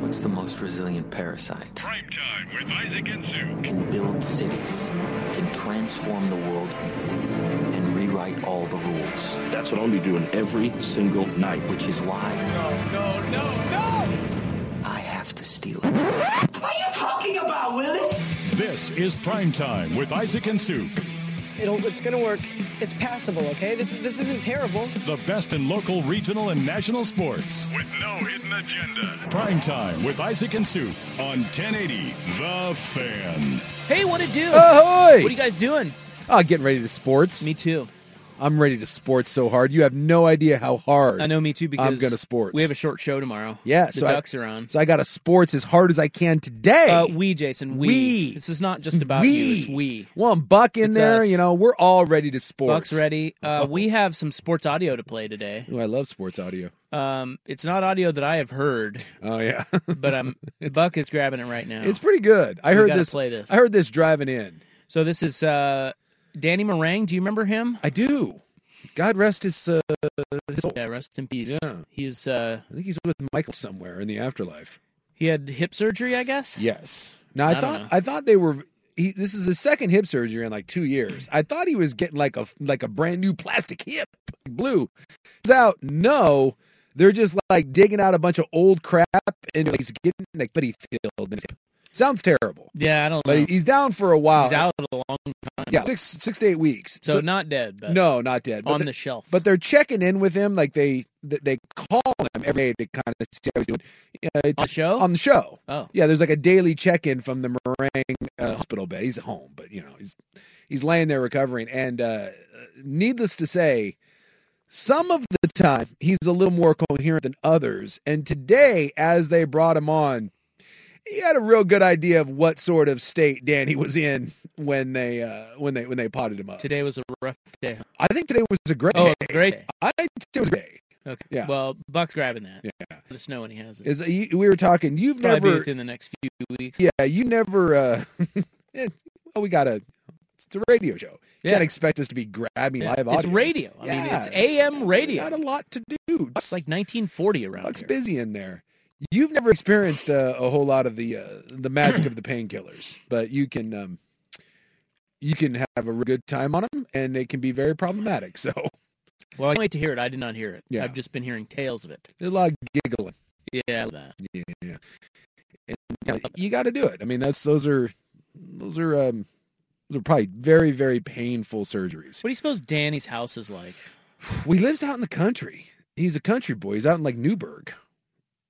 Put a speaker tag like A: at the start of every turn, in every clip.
A: What's the most resilient parasite?
B: Prime time with Isaac and Sue.
A: Can build cities, can transform the world, and rewrite all the rules.
C: That's what I'll be doing every single night.
A: Which is why
D: No, no, no, no!
A: I have to steal it.
D: What are you talking about, Willis?
B: This is Prime Time with Isaac and Sue,
E: It'll, it's gonna work. It's passable, okay? This this isn't terrible.
B: the best in local, regional, and national sports. With no hidden agenda. Prime Time with Isaac and Sue on 1080 The Fan.
E: Hey, what it do?
F: Ahoy!
E: What are you guys doing?
F: Oh, getting ready to sports.
E: Me too.
F: I'm ready to sports so hard. You have no idea how hard.
E: I know me too because
F: I'm gonna sports.
E: We have a short show tomorrow.
F: yeah.
E: the
F: so
E: ducks
F: I,
E: are on.
F: So I got to sports as hard as I can today.
E: Uh, we, Jason, we.
F: We.
E: This is not just about
F: we.
E: you. It's we.
F: One buck in
E: It's
F: there.
E: us.
F: You know, we're all ready to sports.
E: Bucks ready. Uh, we have some sports audio to play today.
F: Ooh, I love sports audio.
E: Um, it's not audio that I have heard,
F: Oh yeah,
E: but I'm Buck is grabbing it right now.
F: it's pretty good. I
E: We
F: heard
E: gotta
F: this,
E: play this.
F: I heard this driving in.
E: So this is uh, Danny Meringue. Do you remember him?
F: I do. God rest his. Uh, his soul.
E: Yeah, rest in peace.
F: Yeah.
E: He's uh,
F: I think he's with Michael somewhere in the afterlife.
E: he had hip surgery, I guess.
F: Yes. Now I,
E: don't
F: thought
E: know.
F: I thought they were. He, this is his second hip surgery in like two years. I thought he was getting like a like a brand new plastic hip, blue. Turns out no, they're just like digging out a bunch of old crap and like, he's getting like buddy filled. in his hip. Sounds terrible,
E: Yeah, I don't know.
F: but he, he's down for a while.
E: He's out a long time.
F: Yeah, six six to eight weeks.
E: So, not dead, but
F: no, not dead. But
E: on
F: they're-
E: the shelf.
F: but they're checking in with him like they th- they call him every day to kind of see how he's doing. Uh, it's
E: on the show.
F: on the show.
E: oh,
F: Yeah, there's like a daily check-in from the Meringue uh, hospital bed. He's at home, but you know he's he's laying there recovering. And uh, needless to say, some of the time he's a little more coherent than others. And today, as they brought him on, he had a real good idea of what sort of state Danny was in when they uh, when they when they potted him up.
E: today was a rough day.
F: I think today was a great.
E: Oh,
F: day.
E: a great. Day.
F: I think it was a great. day.
E: Okay.
F: Yeah.
E: Well, Buck's grabbing that.
F: Yeah.
E: Let us know when he has it.
F: Is you- we were talking. You've
E: Probably be
F: never
E: within the next few weeks.
F: Yeah, you never. Uh, eh, well, we got to It's a radio show. You
E: Yeah.
F: can't expect us to be grabbing
E: Yeah.
F: live audio.
E: It's radio. I mean, it's
F: Yeah.
E: AM
F: We
E: radio.
F: got a lot to do.
E: It's like 1940 around
F: Buck's
E: here.
F: busy in there. You've never experienced uh, a whole lot of the uh, the magic of the painkillers, but you can um, you can have a real good time on them, and it can be very problematic. So
E: Well, I can't wait to hear it. I did not hear it.
F: Yeah.
E: I've just been hearing tales of it.
F: a lot of giggling.
E: Yeah. That.
F: Yeah, and you, got to do it. I mean, that's those are those are um, those are probably very very painful surgeries.
E: What do you suppose Danny's house is like?
F: Well, he lives out in the country. He's a country boy. He's out in like Newburgh.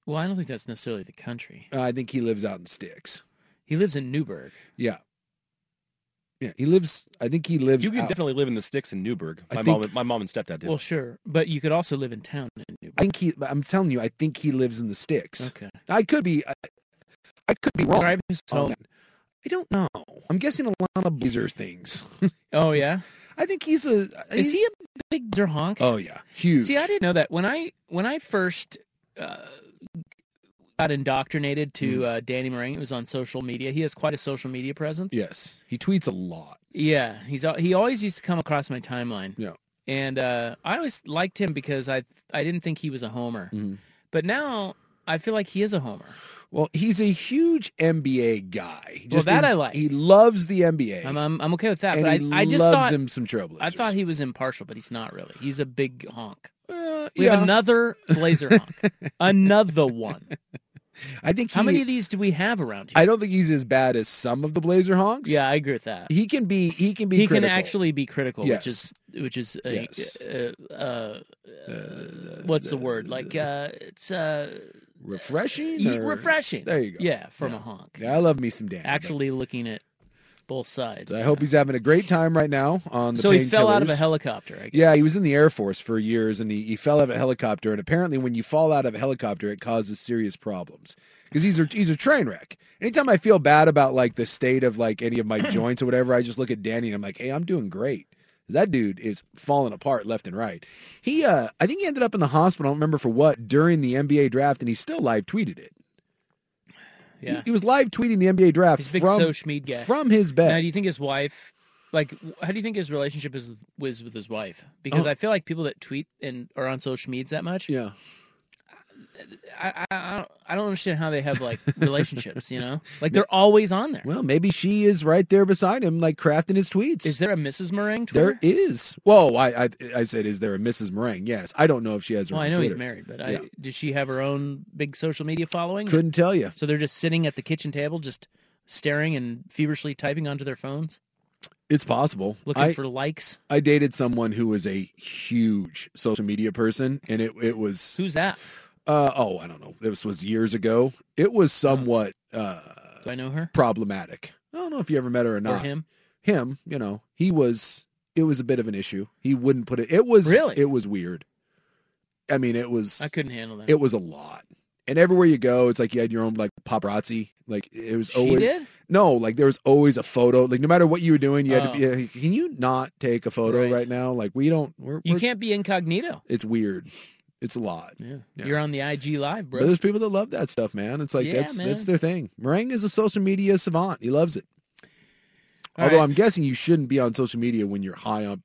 E: Well, I don't think that's necessarily the country.
F: Uh, I think he lives out in sticks.
E: He lives in Newburgh.
F: Yeah. Yeah. He lives, I think he lives.
G: You can
F: out-
G: definitely live in the sticks in Newburgh.
F: I
G: My
F: think-
G: mom, and- my mom and stepdad did.
E: Well, sure, but you could also live in town in
F: I
E: Newburgh.
F: think he, I'm telling you, I think he lives in the sticks.
E: Okay.
F: I could be, I, I could be wrong.
E: Drive us
F: on
E: home.
F: that. I don't know. I'm guessing a lot of Blazer things.
E: Oh yeah.
F: I think he's a.
E: Is he a big Blazer honk?
F: Oh, yeah. Huge.
E: See, I didn't know that when I when I first uh, got indoctrinated
F: Mm.
E: to uh, Danny Meringue. It was on social media. He has quite a social media presence.
F: Yes. He tweets a lot.
E: yeah. He's al- he always used to come across my timeline.
F: Yeah.
E: and uh, I always liked him because I I didn't think he was a homer,
F: Mhm.
E: but now I feel like he is a homer.
F: Well, he's a huge NBA guy. Just en-
E: that I like.
F: He loves the NBA.
E: I'm, I'm I'm okay with that.
F: and
E: but
F: he
E: I, I just
F: loves
E: thought
F: him some trouble.
E: I thought he was impartial, but he's not really. He's a big honk.
F: Uh,
E: We
F: yeah.
E: have another Blazer honk, another one.
F: I think he,
E: How many of these do we have around here?
F: I don't think he's as bad as some of the Blazer honks.
E: yeah, I agree with that.
F: he can be. He can be.
E: He
F: critical.
E: can actually be critical,
F: Yes.
E: which is which is uh,
F: Yes.
E: uh, uh, uh, what's the word? Like uh, it's uh,
F: refreshing.
E: ye-
F: or-
E: refreshing.
F: There you go.
E: Yeah, from a honk.
F: Yeah, I love me some Dan.
E: Actually, looking at both sides.
F: but I hope he's having a great time right now on the.
E: so he fell out of
F: painkillers.
E: a helicopter. I guess.
F: Yeah, he was in the Air Force for years and he, he fell out of a helicopter. And apparently, when you fall out of a helicopter, it causes serious problems because he's a, he's a train wreck. Anytime I feel bad about like the state of like any of my joints or whatever, I just look at Danny and I'm like, hey, I'm doing great. That dude is falling apart left and right. He, uh, I think he ended up in the hospital. I don't remember for what during the NBA draft, and he still live tweeted it.
E: Yeah.
F: He, he was live tweeting the NBA draft
E: He's a big
F: from
E: social media guy.
F: from his bed.
E: Now, do you think his wife, like, how do you think his relationship is was with his wife? Because
F: Oh.
E: I feel like people that tweet and are on social medias that much,
F: yeah,
E: I, I, I, don't, I don't understand how they have like relationships. You know, like they're always on there. Is
F: well, maybe she is right there beside him, like crafting his tweets.
E: there a Mrs. Meringue?
F: There
E: Twitter?
F: is. Whoa, I, I I said, is there a Mrs. Meringue? Yes. I don't know if she has her.
E: Well, I
F: own
E: know he's
F: Twitter.
E: married, but
F: Yeah.
E: I, does she have her own big social media following?
F: Couldn't tell you.
E: So they're just sitting at the kitchen table, just staring and feverishly typing onto their phones,
F: It's possible.
E: looking
F: I,
E: for likes.
F: I dated someone who was a huge social media person, and it it was
E: Who's that?
F: uh, oh I don't know. This was years ago. It was somewhat uh,
E: Do I know her
F: problematic. I don't know if you ever met her or
E: or
F: not.
E: him?
F: Him, you know, he was. It was a bit of an issue. He wouldn't put it. It was
E: Really?
F: It was weird. I mean, it was.
E: I couldn't handle that.
F: it was a lot. And everywhere you go, it's like you had your own like paparazzi. Like it was
E: she
F: always
E: did.
F: no, like there was always a photo. Like no matter what you were doing, you had to
E: Oh.
F: be. like, Can you not take a photo right,
E: Right.
F: now? Like we don't. We're,
E: You
F: we're-
E: can't be incognito.
F: It's weird. It's a lot.
E: Yeah.
F: Yeah.
E: You're on the IG live,
F: But
E: bro.
F: there's people that love that stuff, man. It's like
E: Yeah,
F: that's that's
E: man.
F: their thing. Meringue is a social media savant. He loves it.
E: All
F: Although
E: right.
F: I'm guessing you shouldn't be on social media when you're high on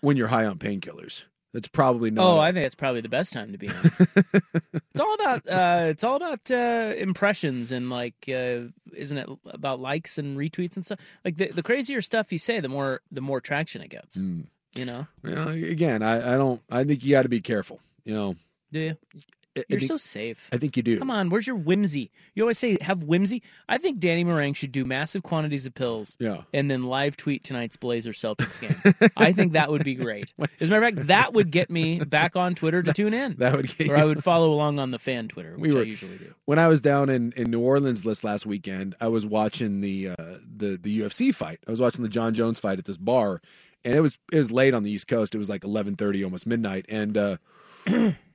F: when you're high on painkillers. That's probably not.
E: Oh, I think it's probably the best time to be on. it's all about uh, it's all about uh, impressions and like uh, isn't it about likes and retweets and stuff? Like the, the crazier stuff you say, the more the more traction it gets.
F: Mm.
E: You know?
F: Well, again, I, I don't. I think you got to be careful. You know,
E: Yeah.
F: I- I
E: You're
F: think-
E: so safe.
F: I think you do.
E: Come on, where's your whimsy? You always say have whimsy. I think Danny Meringue should do massive quantities of pills
F: Yeah.
E: and then live tweet tonight's Blazer Celtics game. I think that would be great. As a matter of fact, that would get me back on Twitter to tune in.
F: That would get
E: or I
F: you-
E: would follow along on the fan Twitter,
F: We
E: which
F: were-
E: I usually do.
F: when I was down in, in New Orleans this last weekend, I was watching the uh, the the UFC fight. I was watching the John Jones fight at this bar, and it was it was late on the East Coast. It was like eleven thirty, almost midnight, and uh,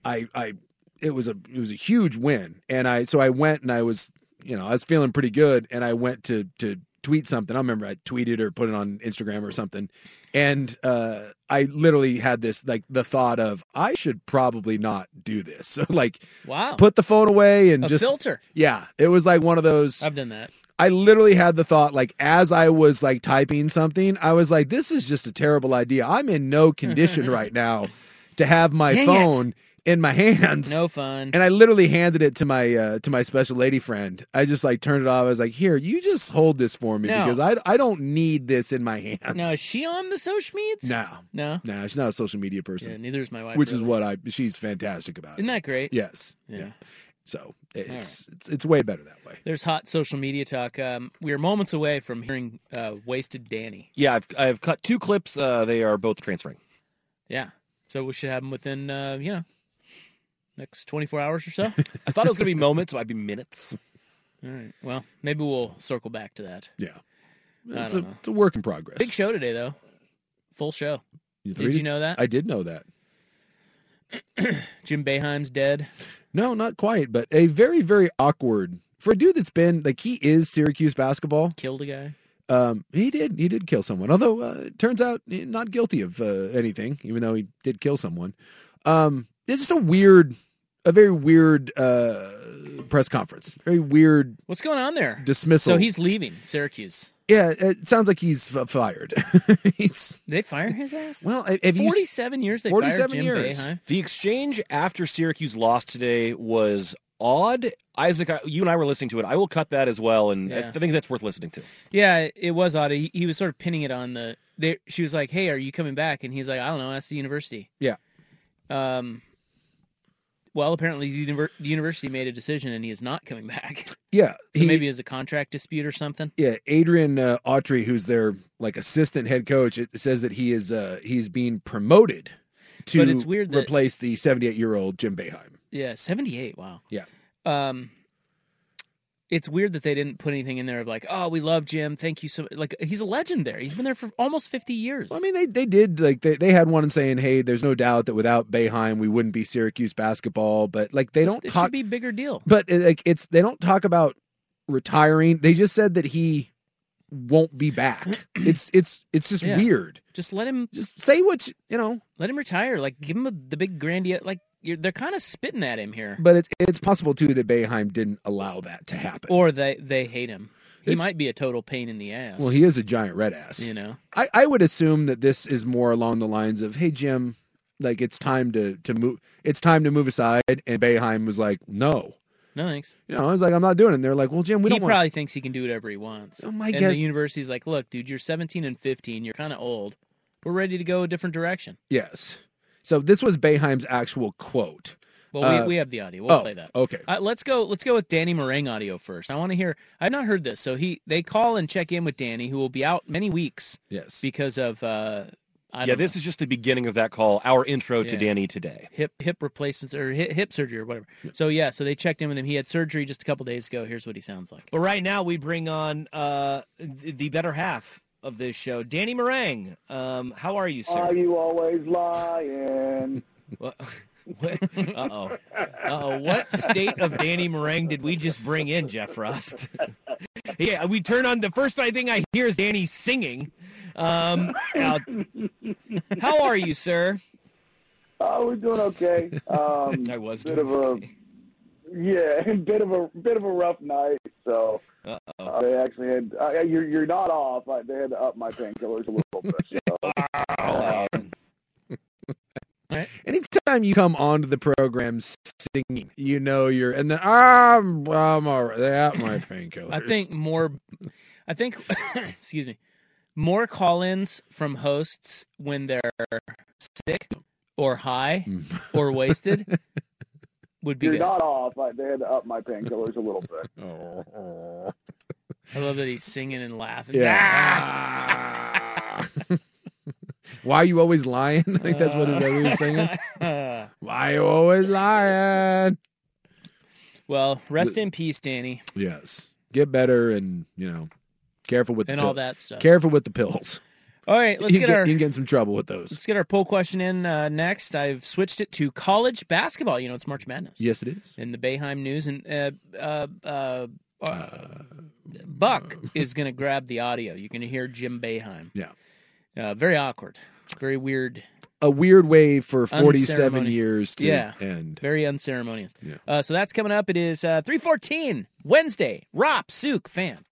F: I I it was a it was a huge win, and I so I went and I was you know I was feeling pretty good, and I went to to tweet something. I remember I tweeted or put it on Instagram or something, and uh, I literally had this like the thought of I should probably not do this. So like
E: Wow.
F: put the phone away and
E: a
F: just
E: filter.
F: yeah, it was like one of those.
E: I've done that.
F: I literally had the thought, like, as I was like typing something, I was like, this is just a terrible idea. I'm in no condition right now to have my
E: Dang it.
F: phone in my hands.
E: No fun.
F: And I literally handed it to my uh, to my special lady friend. I just like turned it off. I was like, "Here, you just hold this for me
E: No.
F: because I I don't need this in my hands."
E: now is she on the social meds?
F: no,
E: No.
F: no, she's not a social media
E: Yeah,
F: person,
E: neither is my wife.
F: which is
E: really.
F: what I she's fantastic about.
E: Isn't that great?
F: yes,
E: Yeah.
F: So it's it's it's way better that way.
E: There's hot social media talk. Um, we are moments away from hearing uh, "Wasted Danny."
G: Yeah, I've I've cut two clips. Uh, they are both transferring.
E: Yeah, so we should have them within, uh, you know, next 24 hours or so. All
G: I thought it was gonna be moments, it might be minutes.
E: right. Well, maybe we'll circle back to that.
F: Yeah.
E: I
F: It's a,
E: don't know.
F: it's a work in progress.
E: Big show today, though. Full show.
F: You
E: Did you know that
F: I did know that.
E: Jim Beheim's dead?
F: No, not quite, but a very, very awkward for a dude that's been like he is Syracuse basketball.
E: Killed a guy.
F: Um, he did he did kill someone, although uh, it turns out eh, not guilty of uh, anything, even though he did kill someone. Um, it's just a weird, a very weird uh, press conference, very weird
E: What's going on there?
F: dismissal.
E: so he's leaving Syracuse.
F: yeah, eh, it sounds like he's f- fired. he's
E: Did they fire his ass?
F: well, have you? s-
E: 47 years they
F: 47
E: fired Jim
F: years.
E: Boeheim?
G: The exchange after Syracuse lost today was odd. Isaac, I- you and I were listening to it. I will cut that as well, and I
E: Yeah.
G: I think that's worth listening to.
E: Yeah, it was odd. He, he was sort of pinning it on the. They, she was like, "Hey, are you coming back?" And he's like, "I don't know. That's the university."
F: Yeah.
E: Um, Well, apparently the, univer- the university made a decision, and he is not coming back. So
F: Yeah,
E: maybe it's a contract dispute or something.
F: yeah adrian uh, autry who's their like assistant head coach it says that he is uh he's being promoted to
E: But it's weird that-
F: replace the 78 year old jim Boeheim.
E: Yeah, seventy-eight. Wow.
F: Yeah.
E: Um, it's weird that they didn't put anything in there of like, oh, we love Jim. Thank you so. much. Like he's a legend there. He's been there for almost fifty years.
F: Well, I mean, they, they did like they, they had one saying, "Hey, there's no doubt that without Bayheim, we wouldn't be Syracuse basketball." But like they don't
E: it
F: talk,
E: should be a bigger deal.
F: but it, like it's they don't talk about retiring. They just said that he won't be back. it's it's it's just
E: Yeah.
F: weird.
E: Just let him
F: Just say what you, you know.
E: let him retire. Like give him a, the big grandiose. Like you're, they're kind of spitting at him here,
F: But it's it's possible too that Bayheim didn't allow that to happen.
E: or they they hate him. He
F: It's-
E: might be a total pain in the ass.
F: well, he is a giant red ass.
E: you know.
F: I, I would assume that this is more along the lines of, "Hey Jim, like it's time to to move. It's time to move aside." And Bayheim was like, "No."
E: No thanks.
F: You know, I was like, I'm not doing it. And they're like, well, Jim, we
E: he
F: don't
E: probably
F: want.
E: thinks he can do whatever he wants.
F: Oh, my
E: and
F: guess-
E: the university's like, look, dude, you're 17 and 15. You're kind of old. We're ready to go a different direction.
F: Yes. So this was Bayheim's actual quote.
E: Well,
F: Uh,
E: we, we have the audio. We'll
F: oh,
E: play that.
F: okay.
E: Uh, let's go. Let's go with Danny Meringue audio first. I want to hear. I've not heard this, so he they call and check in with Danny, who will be out many weeks
F: Yes.
E: because of. Uh, I
A: yeah, this is just the beginning of that call. Our intro to
E: Yeah.
A: Danny today.
E: hip hip replacements or hip, hip surgery or whatever. So yeah, so they checked in with him. He had surgery just a couple days ago. Here's what he sounds like.
H: But right now, we bring on uh, th- the better half of this show, Danny Meringue. Um, how are you, sir?
I: you always lying?
H: uh oh, uh oh! What state of Danny Meringue did we just bring in, Jeff Rust? yeah, we turn on the first thing I hear is Danny singing. Um, uh, how are you, sir?
I: Oh, we're doing okay. Um,
H: I was
I: bit
H: doing
I: of a yeah, bit of a bit of a rough night. So
H: Uh oh.
I: uh, they actually had uh, you're you're not off. I, they had to up my painkillers a little bit. So.
F: Anytime you come onto the program singing, you know you're and then I'm I'm all right. They got my painkillers.
E: I think more. I think, excuse me, more call-ins from hosts when they're sick or high
F: Mm.
E: or wasted would be
I: You're
E: good.
I: not off. I, they had to up my painkillers a little bit.
F: Oh.
E: I love that he's singing and laughing. Ah!
F: Yeah. Why you always lying? I think that's what it- that he was singing.
E: Ah.
F: Why you always lying?
E: well, rest
F: The-
E: in peace, Danny,
F: Yes. Get better and you know, careful with
E: and
F: the
E: all
F: pill-
E: that stuff.
F: Careful with the pills.
E: all right, let's
F: you,
E: get
F: can
E: our
F: you can get in some trouble with those.
E: let's get our poll question in uh, next. I've switched it to college basketball. You know, it's March Madness.
F: Yes, it is.
E: in the Bayheim news, and uh, uh, uh, uh, Buck is going to grab the audio. You're going to hear Jim Bayheim.
F: Yeah.
E: Uh, very awkward, very weird,
F: a weird way for 47
E: Unceremony-
F: years to
E: Yeah.
F: end.
E: very unceremonious.
F: Yeah.
E: Uh, so that's coming up. It is uh, 314 Wednesday. Rop, Souk, fan.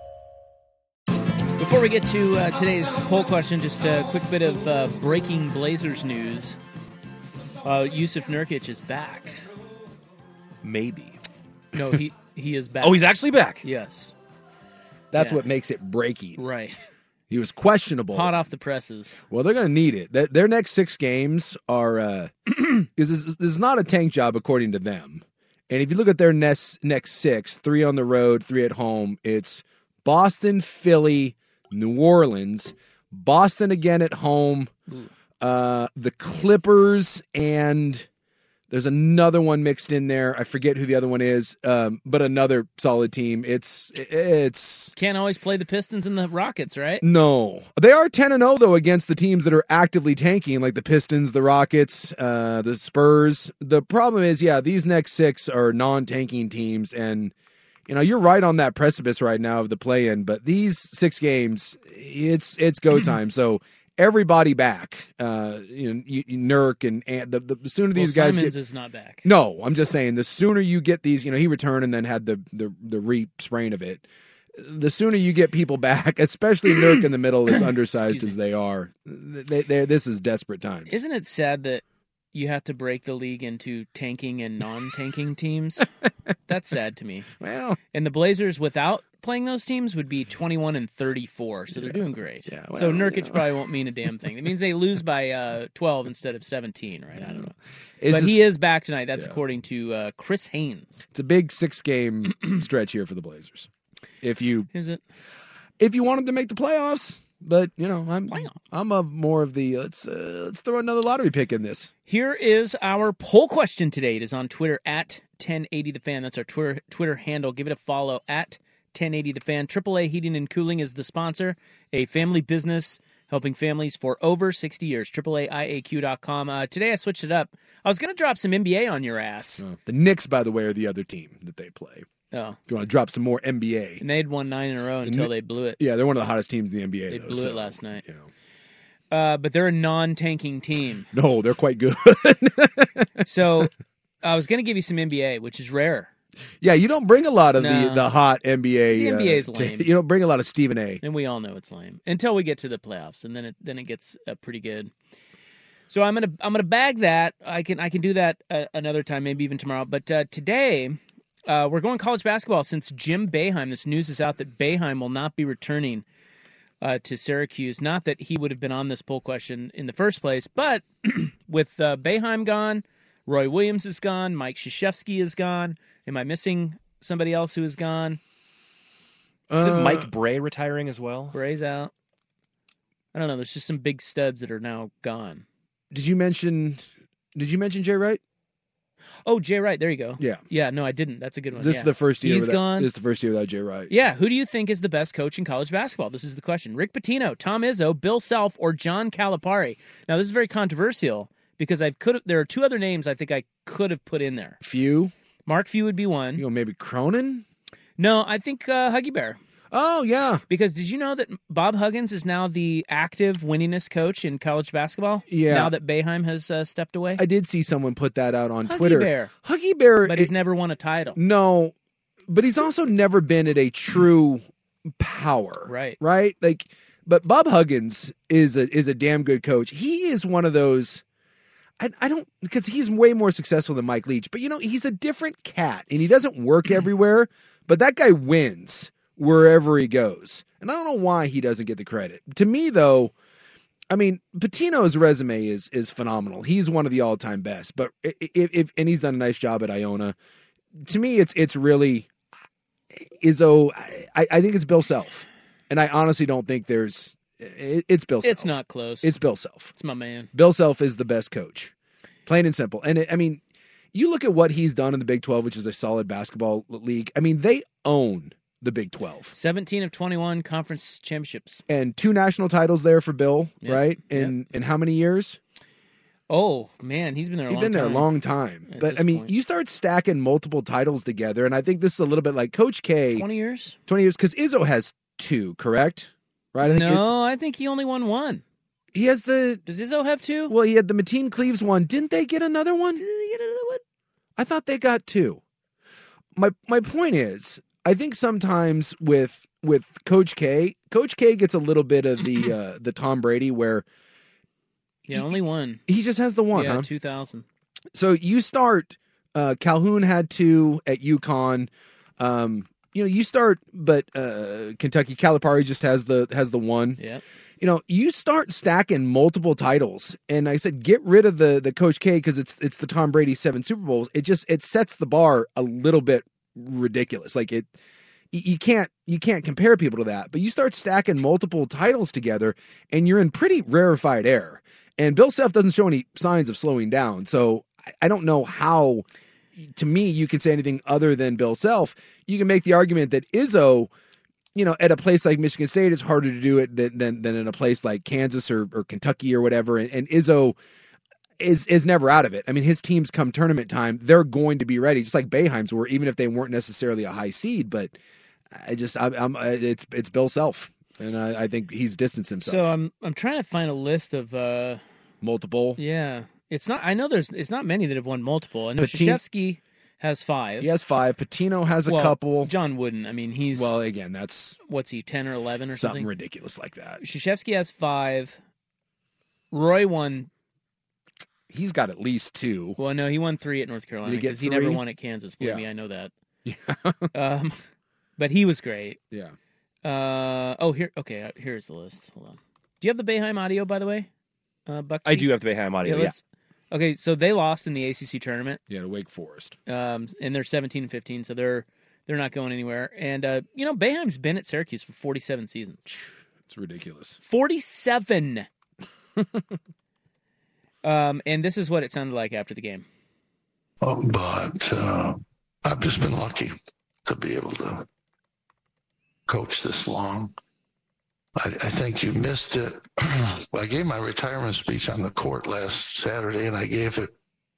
E: Before we get to uh, today's poll question, just a quick bit of uh, breaking Blazers news. Uh, Yusuf Nurkic is back.
G: Maybe.
E: No, he he is back.
G: Oh, he's actually back.
E: Yes.
F: That's
E: Yeah.
F: what makes it breaky.
E: Right.
F: He was questionable.
E: Hot off the presses.
F: Well, they're going to need it. Their- Their next six games are uh, is is this is not a tank job according to them. And if you look at their next next six, three on the road, three at home, it's Boston, Philly, New Orleans, Boston again at home, uh, the Clippers, and there's another one mixed in there. I forget who the other one is, um, but another solid team. It's it's
E: Can't always play the Pistons and the Rockets, right?
F: no, they are ten and zero though against the teams that are actively tanking, like the Pistons, the Rockets, uh, the Spurs. The problem is, yeah, these next six are non-tanking teams, and you know you're right on that precipice right now of the play-in. But these six games, it's it's go
E: Mm-hmm.
F: time. So everybody back, uh, you know, you, you Nurk and, and the, the, the sooner these
E: well,
F: guys
E: Simmons
F: get
E: is not back.
F: no, I'm just saying the sooner you get these, you know, he returned and then had the the the re sprain of it. The sooner you get people back, especially Nurk in the middle, as undersized as they are, they, they, this is desperate times.
E: Isn't it sad that you have to break the league into tanking and non-tanking teams? That's sad to me.
F: Well,
E: and the Blazers without playing those teams would be 21 and 34, so they're doing great. Yeah, so
F: well,
E: Nurkic
F: you know.
E: probably won't mean a damn thing. It means they lose by uh, 12 instead of 17, right? I don't know.
F: It's
E: but
F: just-
E: he is back tonight. That's according to uh, Chris Haynes.
F: It's a big six game stretch here for the Blazers. If you
E: is it
F: if you want them to make the playoffs, but you know I'm I'm of more of the let's uh, let's throw another lottery pick in this.
E: Here is our poll question today. It is on Twitter at 1080 the fan. That's our Twitter Twitter handle. Give it a follow at 1080 the fan. AAA Heating and Cooling is the sponsor, a family business helping families for over 60 years. AAAIAQ.com. Uh, today I switched it up. I was going to drop some NBA on your ass.
F: Oh, The Knicks, by the way, are the other team that they play.
E: Oh.
F: If you want to drop some more NBA,
E: And they'd won nine in a row until they blew it.
F: Yeah, they're one of the hottest teams in the NBA.
E: They
F: though,
E: blew
F: so.
E: it last night. Uh, but they're a non-tanking team.
F: No, they're quite good.
E: so I was going to give you some NBA, which is rare.
F: Yeah, you don't bring a lot of
E: No.
F: the, the hot NBA.
E: The NBA is
F: uh, t-
E: lame.
F: you don't bring a lot of Stephen A.
E: And we all know it's lame until we get to the playoffs, and then it then it gets uh, pretty good. So I'm gonna I'm gonna bag that. I can I can do that uh, another time, maybe even tomorrow. But uh, today uh, we're going college basketball since Jim Beheim. This news is out that Beheim will not be returning uh, to Syracuse. Not that he would have been on this poll question in the first place, but with uh, Beheim gone, Roy Williams is gone, Mike Shashevsky is gone. Am I missing somebody else who is gone?
G: Is it Mike Bray retiring as well?
E: Bray's out. I don't know. There's just some big studs that are now gone.
F: Did you mention? Did you mention Jay Wright?
E: Oh, Jay Wright. There you go.
F: Yeah.
E: Yeah. No, I didn't. That's a good one.
F: This
E: yeah.
F: is the first year.
E: He's
F: without,
E: gone.
F: This is the first year without Jay Wright.
E: yeah. Who do you think is the best coach in college basketball? This is the question. Rick Pitino, Tom Izzo, Bill Self, or John Calipari? Now, this is very controversial because I could. There are two other names I think I could have put in there.
F: Few.
E: Mark Few would be one. You
F: know, maybe Cronin.
E: No, I think uh, Huggy Bear.
F: Oh yeah.
E: Because did you know that Bob Huggins is now the active winningest coach in college basketball?
F: Yeah.
E: Now that Bayheim has uh, stepped away.
F: I did see someone put that out on
E: Huggy
F: Twitter.
E: Bear.
F: Huggy Bear,
E: but he's never won a title.
F: No, but he's also never been at a true power.
E: Right.
F: Right. Like, but Bob Huggins is a is a damn good coach. He is one of those. I, I don't because he's way more successful than Mike Leach, but you know he's a different cat and he doesn't
E: Mm-hmm.
F: work everywhere. But that guy wins wherever he goes, and I don't know why he doesn't get the credit. To me, though, I mean, Patino's resume is is phenomenal. He's one of the all time best. But i- i- if, if and he's done a nice job at Iona. To me, it's it's really uh, Izzo. I, I think it's Bill Self, and I honestly don't think there's. It, it's Bill. Self.
E: It's not close.
F: It's Bill Self.
E: It's my man.
F: Bill Self is the best coach, plain and simple. And it, I mean, you look at what he's done in the Big Twelve, which is a solid basketball league. I mean, they own
C: the Big 12.
E: 17 of 21 conference championships.
C: And two national titles there for Bill,
E: Yeah,
C: right? In in how many years?
E: Oh, man, he's been there a
C: He's
E: long
C: been there
E: time.
C: a long time.
E: At
C: but
E: this
C: I mean,
E: point.
C: you start stacking multiple titles together, and I think this is a little bit like Coach K.
E: 20 years?
C: 20 years, because Izzo has two, correct? Right? I think it-
E: no, I think he only won one.
C: He has the.
E: Does Izzo have two?
C: Well, he had the Mateen Cleaves one. Didn't they get another one? Did
E: they get another one?
C: I thought they got two. My my point is, I think sometimes with with Coach K, Coach K gets a little bit of the uh, the Tom Brady where
E: Yeah, only one.
C: he just has the one,
E: yeah,
C: huh?
E: 2000.
C: So you start. Uh, Calhoun had two at UConn. Um, you know, you start, but uh, Kentucky Calipari just has the has the one.
E: Yeah.
C: You know, you start stacking multiple titles, and I said get rid of the the Coach K because it's it's the Tom Brady seven Super Bowls. It just it sets the bar a little bit ridiculous. Like it, y- you can't you can't compare people to that. But you start stacking multiple titles together, and you're in pretty rarefied air. And Bill Self doesn't show any signs of slowing down. So I- I don't know how, to me, you can say anything other than Bill Self. You can make the argument that Izzo, you know, at a place like Michigan State, it's harder to do it than than, than in a place like Kansas or, or Kentucky or whatever. And, and Izzo is is never out of it. I mean, his teams come tournament time, they're going to be ready, just like Bayheim's were, even if they weren't necessarily a high seed. But I just, I'm, I'm uh, it's it's Bill Self, and I, I think he's distanced himself.
E: So I'm I'm trying to find a list of uh
C: Multiple.
E: yeah. It's not I know there's it's not many that have won multiple. I know
C: But team-
E: Krzyzewski has 5.
C: He has five. Patino has a
E: Well,
C: couple.
E: John Wooden, I mean, he's
C: Well, again, that's
E: what's he 10 or 11 or
C: something,
E: something?
C: ridiculous like that.
E: Krzyzewski has 5. Roy won
C: He's got at least two.
E: Well, no, he won three at North Carolina
C: get
E: because he never
C: three?
E: won at Kansas. Believe
C: Yeah.
E: me, I know that. Yeah. um, but he was great.
C: Yeah.
E: Uh, oh, here. Okay, uh, here's the list. Hold on. Do you have the Bayheim audio, by the way? Uh, Buck.
F: I do have the Bayheim audio, yeah.
E: Okay, so they lost in the ACC tournament.
C: Yeah, to Wake Forest.
E: Um, and they're 17 and 15, so they're they're not going anywhere. And uh, you know, Bayheim's been at Syracuse for 47 seasons.
C: It's ridiculous.
E: 47. um, and this is what it sounded like after the game.
J: Um, but uh, I've just been lucky to be able to coach this long. I, I think you missed it. I gave my retirement speech on the court last Saturday, and I gave it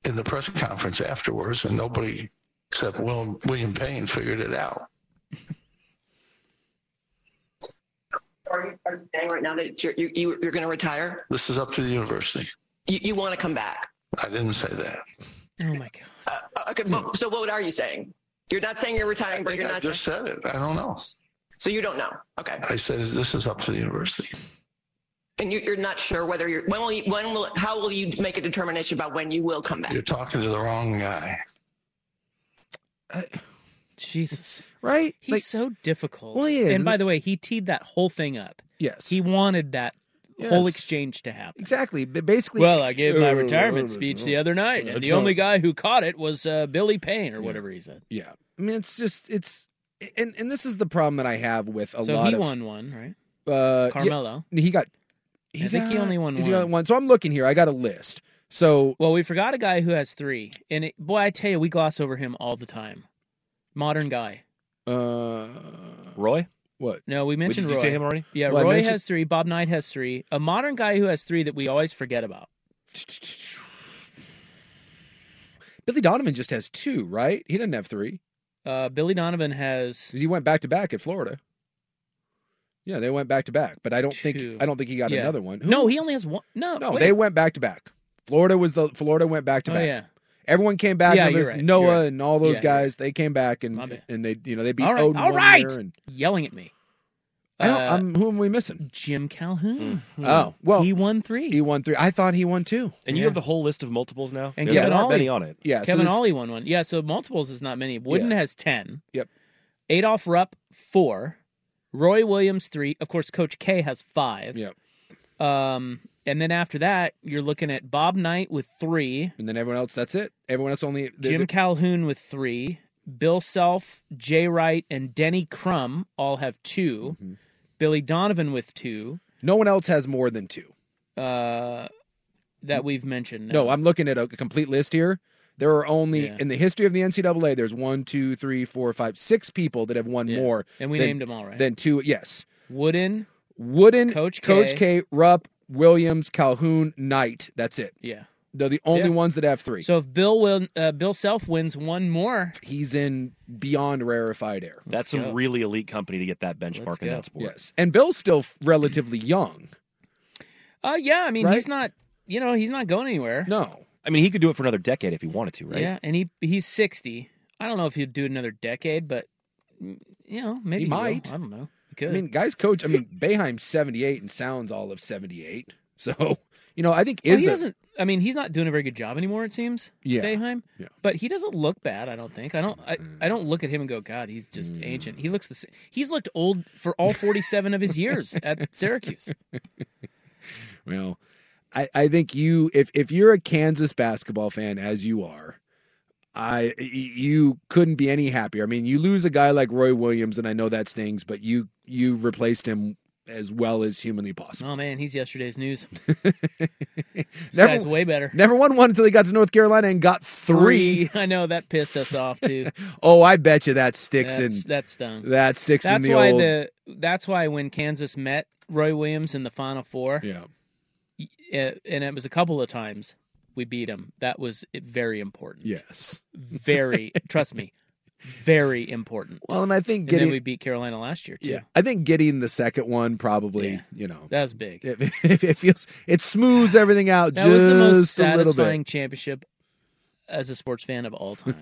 J: in the press conference afterwards, and nobody except William, William Payne figured it out.
K: Are you, are you saying right now that you're, you, you- you're going to retire?
J: This is up to the university.
K: You, you want to come back?
J: I didn't say that.
E: Oh my god!
K: Uh, Okay, but, so what are you saying? You're not saying you're retiring, but you're
J: I
K: not.
J: just said it. I don't know.
K: So you don't know. Okay,
J: I said this is up to the university.
K: and you, you're not sure whether you're. When will you? When will? How will you make a determination about when you will come back?
J: You're talking to the wrong guy.
E: Jesus.
C: Right?
E: He's so difficult.
C: Well, he is,
E: And
C: and
E: by
C: it-
E: the way, he teed that whole thing up.
C: Yes.
E: He wanted that whole
C: Yes.
E: exchange to happen.
C: Exactly. But basically,
E: Well, I gave
C: Oh,
E: my retirement speech the other night, and
C: That's
E: the only
C: not-
E: guy who caught it was uh, Billy Payne or whatever he said.
C: Yeah. I mean, it's just it's and and this is the problem that I have with a
E: so
C: lot
E: he
C: of
E: won one, right?
C: uh, yeah,
E: Carmelo.
C: he got.
E: I think he
C: got-
E: only won
C: is
E: one.
C: He got one. So I'm looking here. I got a list. So
E: Well, we forgot a guy who has three, and it, boy, I tell you, we gloss over him all the time. Modern guy.
C: Uh,
F: Roy?
C: What?
E: No, we mentioned
F: did you
E: Roy.
F: say him already?
E: Yeah,
F: Well, I
E: Roy
F: mentioned-
E: has three. Bob Knight has three. A modern guy who has three that we always forget about.
C: Billy Donovan just has two, right? He doesn't have three.
E: Uh, Billy Donovan has.
C: He went back to back at Florida. Yeah, they went back to back, but I don't think I don't think he got
E: Yeah.
C: another one. Who-
E: No, he only has one. No,
C: no,
E: wait.
C: they went back to back. Florida was the Florida went back to
E: Oh,
C: back.
E: yeah.
C: Everyone came back.
E: Yeah,
C: Remember,
E: you're right, you're
C: Noah
E: right.
C: and all those
E: Yeah, you're
C: guys, they came back and and they you know they beat
E: all right,
C: Odin
E: all
C: one
E: right.
C: year and
E: yelling at me.
C: I don't,
E: Uh,
C: I'm, who am we missing?
E: Jim Calhoun.
C: Oh well, he
E: won three.
C: He won three. I thought he won two.
F: Hmm. And you have the whole list of multiples now?
E: And
F: There
E: Kevin
F: aren't
E: Ollie
F: many on it.
C: Yeah, so
E: Kevin
C: this-
E: Ollie won one. Yeah, so multiples is not many. Wooden
C: Yeah.
E: has ten.
C: Yep.
E: Adolph Rupp four. Roy Williams three. Of course, Coach K has five.
C: Yep.
E: Um, and then after that, you're looking at Bob Knight with three.
C: And then everyone else. That's it. Everyone else only they-
E: Jim
C: they-
E: Calhoun with three. Bill Self, Jay Wright, and Denny Crum all have 2
C: Mm-hmm.
E: Billy Donovan with two.
C: No one else has more than two.
E: Uh, that we've mentioned.
C: No, I'm looking at a complete list here.
F: There are only in the history of the NCAA. There's one, two, three, four, five, six people that have won more.
E: And we
F: than-
E: named 'em all, right?
F: Than two. Yes.
E: Wooden,
F: Wooden,
E: Coach K.
F: Coach K, Rupp, Williams, Calhoun, Knight. That's it.
E: Yeah.
F: They're the only
E: Yeah.
F: ones that have three.
E: So if Bill will, uh, Bill Self wins one more,
F: he's in beyond rarefied air.
G: That's some really elite company to get that benchmark in
F: go.
G: that sport.
F: Yes. And Bill's still f- relatively young.
E: Uh, yeah, I mean
F: Right?
E: he's not, you know, he's not going anywhere.
F: No,
G: I mean, he could do it for another decade if he wanted to, right?
E: Yeah, and he he's sixty. I don't know if he'd do another decade, but mm, you know, maybe
F: he
E: will.
F: might.
E: I don't know. He
F: I
E: could.
F: mean, guys, coach. I mean, Beheim's 78 and sounds all of 78. So, you know, I think
E: Well,
F: is
E: he
F: a-
E: doesn't. I mean, he's not doing a very good job anymore. It seems.
F: Yeah.
E: Boeheim.
F: Yeah.
E: But he doesn't look bad. I don't think. I don't. I, I don't look at him and go, God, he's just
F: Mm.
E: ancient. He looks the same. He's looked old for all forty-seven of his years at Syracuse.
F: Well, I, I think you if if you're a Kansas basketball fan as you are, I y- you couldn't be any happier. I mean, you lose a guy like Roy Williams, and I know that stings, but you you replaced him as well as humanly possible.
E: Oh man, he's yesterday's news. This
F: Never-
E: guy's way better.
F: Never won one until he got to North Carolina and got three.
E: I know that pissed us off too.
F: Oh, I bet you that sticks
E: That's,
F: in
E: that stung.
F: that sticks
E: That's
F: in the
E: why
F: old.
E: the. That's why when Kansas met Roy Williams in the Final Four. eh,
F: Yeah.
E: And it was a couple of times we beat him. That was very important.
F: Yes.
E: Very. trust me. Very important.
F: Well, and I think
E: and
F: getting-
E: then we beat Carolina last year too.
F: yeah, I think getting the second one probably you know
E: That was big.
F: it, it feels it smooths everything out
E: That
F: just
E: was the most
F: a little bit.
E: satisfying championship as a sports fan of all time.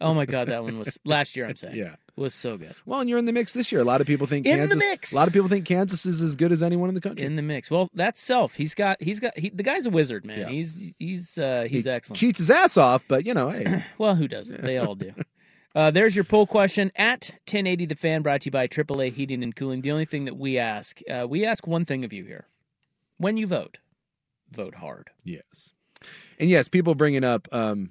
E: oh my god, that one was last year. I'm saying.
F: Yeah.
E: Was so good.
F: Well, and you're in the mix this year. A lot of people think
E: In the
F: Kansas,
E: mix.
F: A lot of people think Kansas is as good as anyone in the country.
E: in the mix. Well, that's self. He's got he's got he, the guy's a wizard, man. He's he's uh he's
F: He
E: excellent.
F: Cheats his ass off, but you know, hey,
E: Well, who doesn't? They all do. Uh, there's your poll question at 1080 the fan brought to you by AAA Heating and Cooling. The only thing that we ask, uh, we ask one thing of you here. When you vote, vote hard.
F: yes, and yes, people bringing up, um,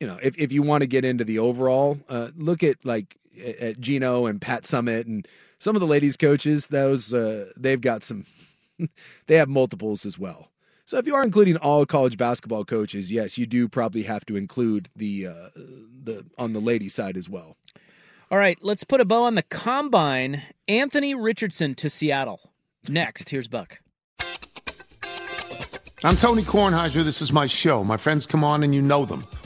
F: you know, if if you want to get into the overall, uh, look at like at- at Gino and Pat Summit and some of the ladies coaches. Those uh, they've got some, they have multiples as well. So if you are including all college basketball coaches, yes, you do probably have to include the uh, the on the lady side as well.
E: All right, let's put a bow on the combine. Anthony Richardson to Seattle. Next, here's Buck.
L: I'm Tony Kornheiser. This is my show. My friends come on and you know them.